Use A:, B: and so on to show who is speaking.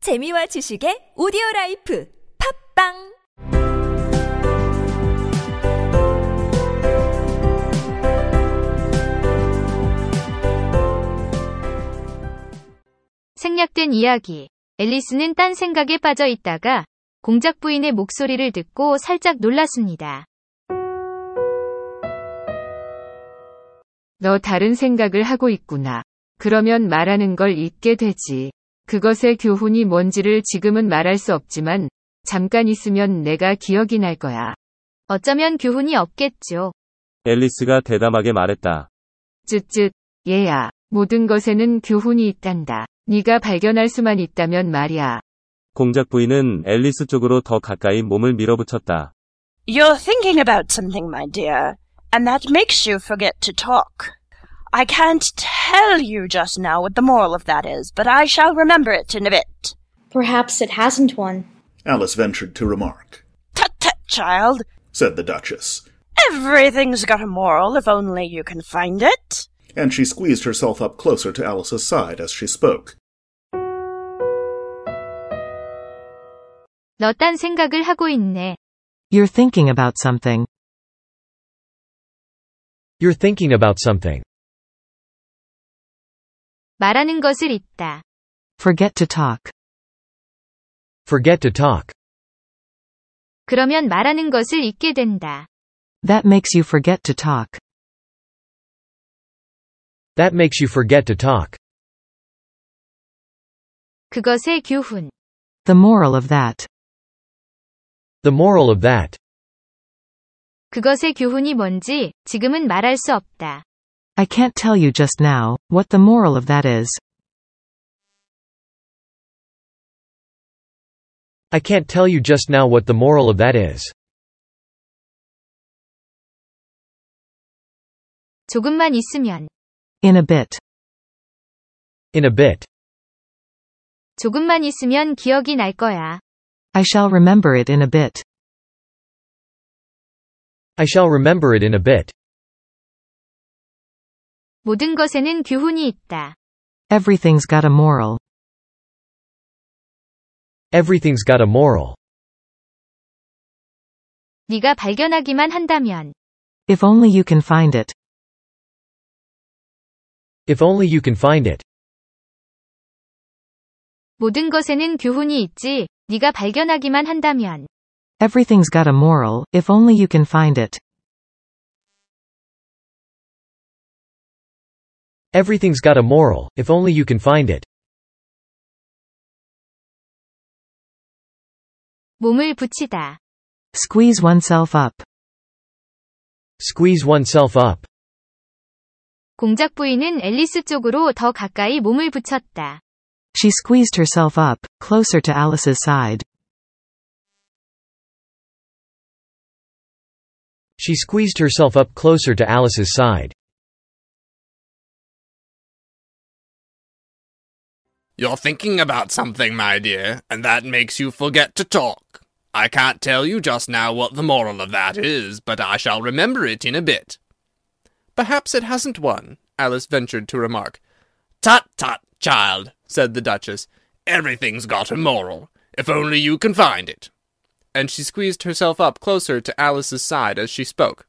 A: 재미와 지식의 오디오 라이프 팝빵
B: 생략된 이야기. 앨리스는 딴 생각에 빠져 있다가 공작 부인의 목소리를 듣고 살짝 놀랐습니다.
C: 너 다른 생각을 하고 있구나. 그러면 말하는 걸 잊게 되지. 그것의 교훈이 뭔지를 지금은 말할 수 없지만, 잠깐 있으면 내가 기억이 날 거야.
B: 어쩌면 교훈이 없겠죠.
D: 앨리스가 대담하게 말했다.
C: 쯧쯧, 얘야. 모든 것에는 교훈이 있단다. 네가 발견할 수만 있다면 말이야.
D: 공작 부인은 앨리스 쪽으로 더 가까이 몸을 밀어붙였다.
E: You're thinking about something, my dear, and that makes you forget to talk. I can't tell you just now what the moral of that is, but I shall remember it in a bit.
F: Perhaps it hasn't one.
G: Alice ventured to remark,
E: Tut tut, child.
G: said the Duchess,
E: Everything's got a moral if only you can find it.
G: and she squeezed herself up closer to Alice's side as she spoke.
B: 너 딴 생각을 하고 있네.
H: You're thinking about something.
I: You're thinking about something.
B: 말하는 것을 잊다.
H: Forget to talk.
I: Forget to talk.
B: 그러면 말하는 것을 잊게 된다.
H: That makes you forget to talk.
I: That makes you forget to talk.
B: 그것의 교훈.
H: The moral of that.
I: The moral of that.
B: 그것의 교훈이 뭔지 지금은 말할 수 없다.
H: I can't tell you just now what the moral of that is.
I: I can't tell you just now what the moral of that is.
B: 조금만 있으면.
H: In a bit.
I: In a bit.
B: 조금만 있으면 기억이 날 거야.
H: I shall remember it in a bit.
I: I shall remember it in a bit.
B: 모든 것에는 교훈이 있다.
H: Everything's got a moral.
I: Everything's got a moral.
B: 네가 발견하기만 한다면.
H: If only you can find it.
I: If only you can find it.
B: 모든 것에는 교훈이 있지. 네가 발견하기만 한다면.
H: Everything's got a moral, if only you can find it.
I: Everything's got a moral, if only you can find it.
B: 몸을 붙이다.
H: Squeeze oneself up.
I: Squeeze oneself up.
B: 공작 부인은 앨리스 쪽으로 더 가까이 몸을 붙였다.
H: She squeezed herself up, closer to Alice's side.
I: She squeezed herself up closer to Alice's side.
J: You're thinking about something, my dear, and that makes you forget to talk. I can't tell you just now what the moral of that is, but I shall remember it in a bit. Perhaps it hasn't one, Alice ventured to remark. Tut tut, child, said the Duchess. Everything's got a moral, if only you can find it. And she squeezed herself up closer to Alice's side as she spoke.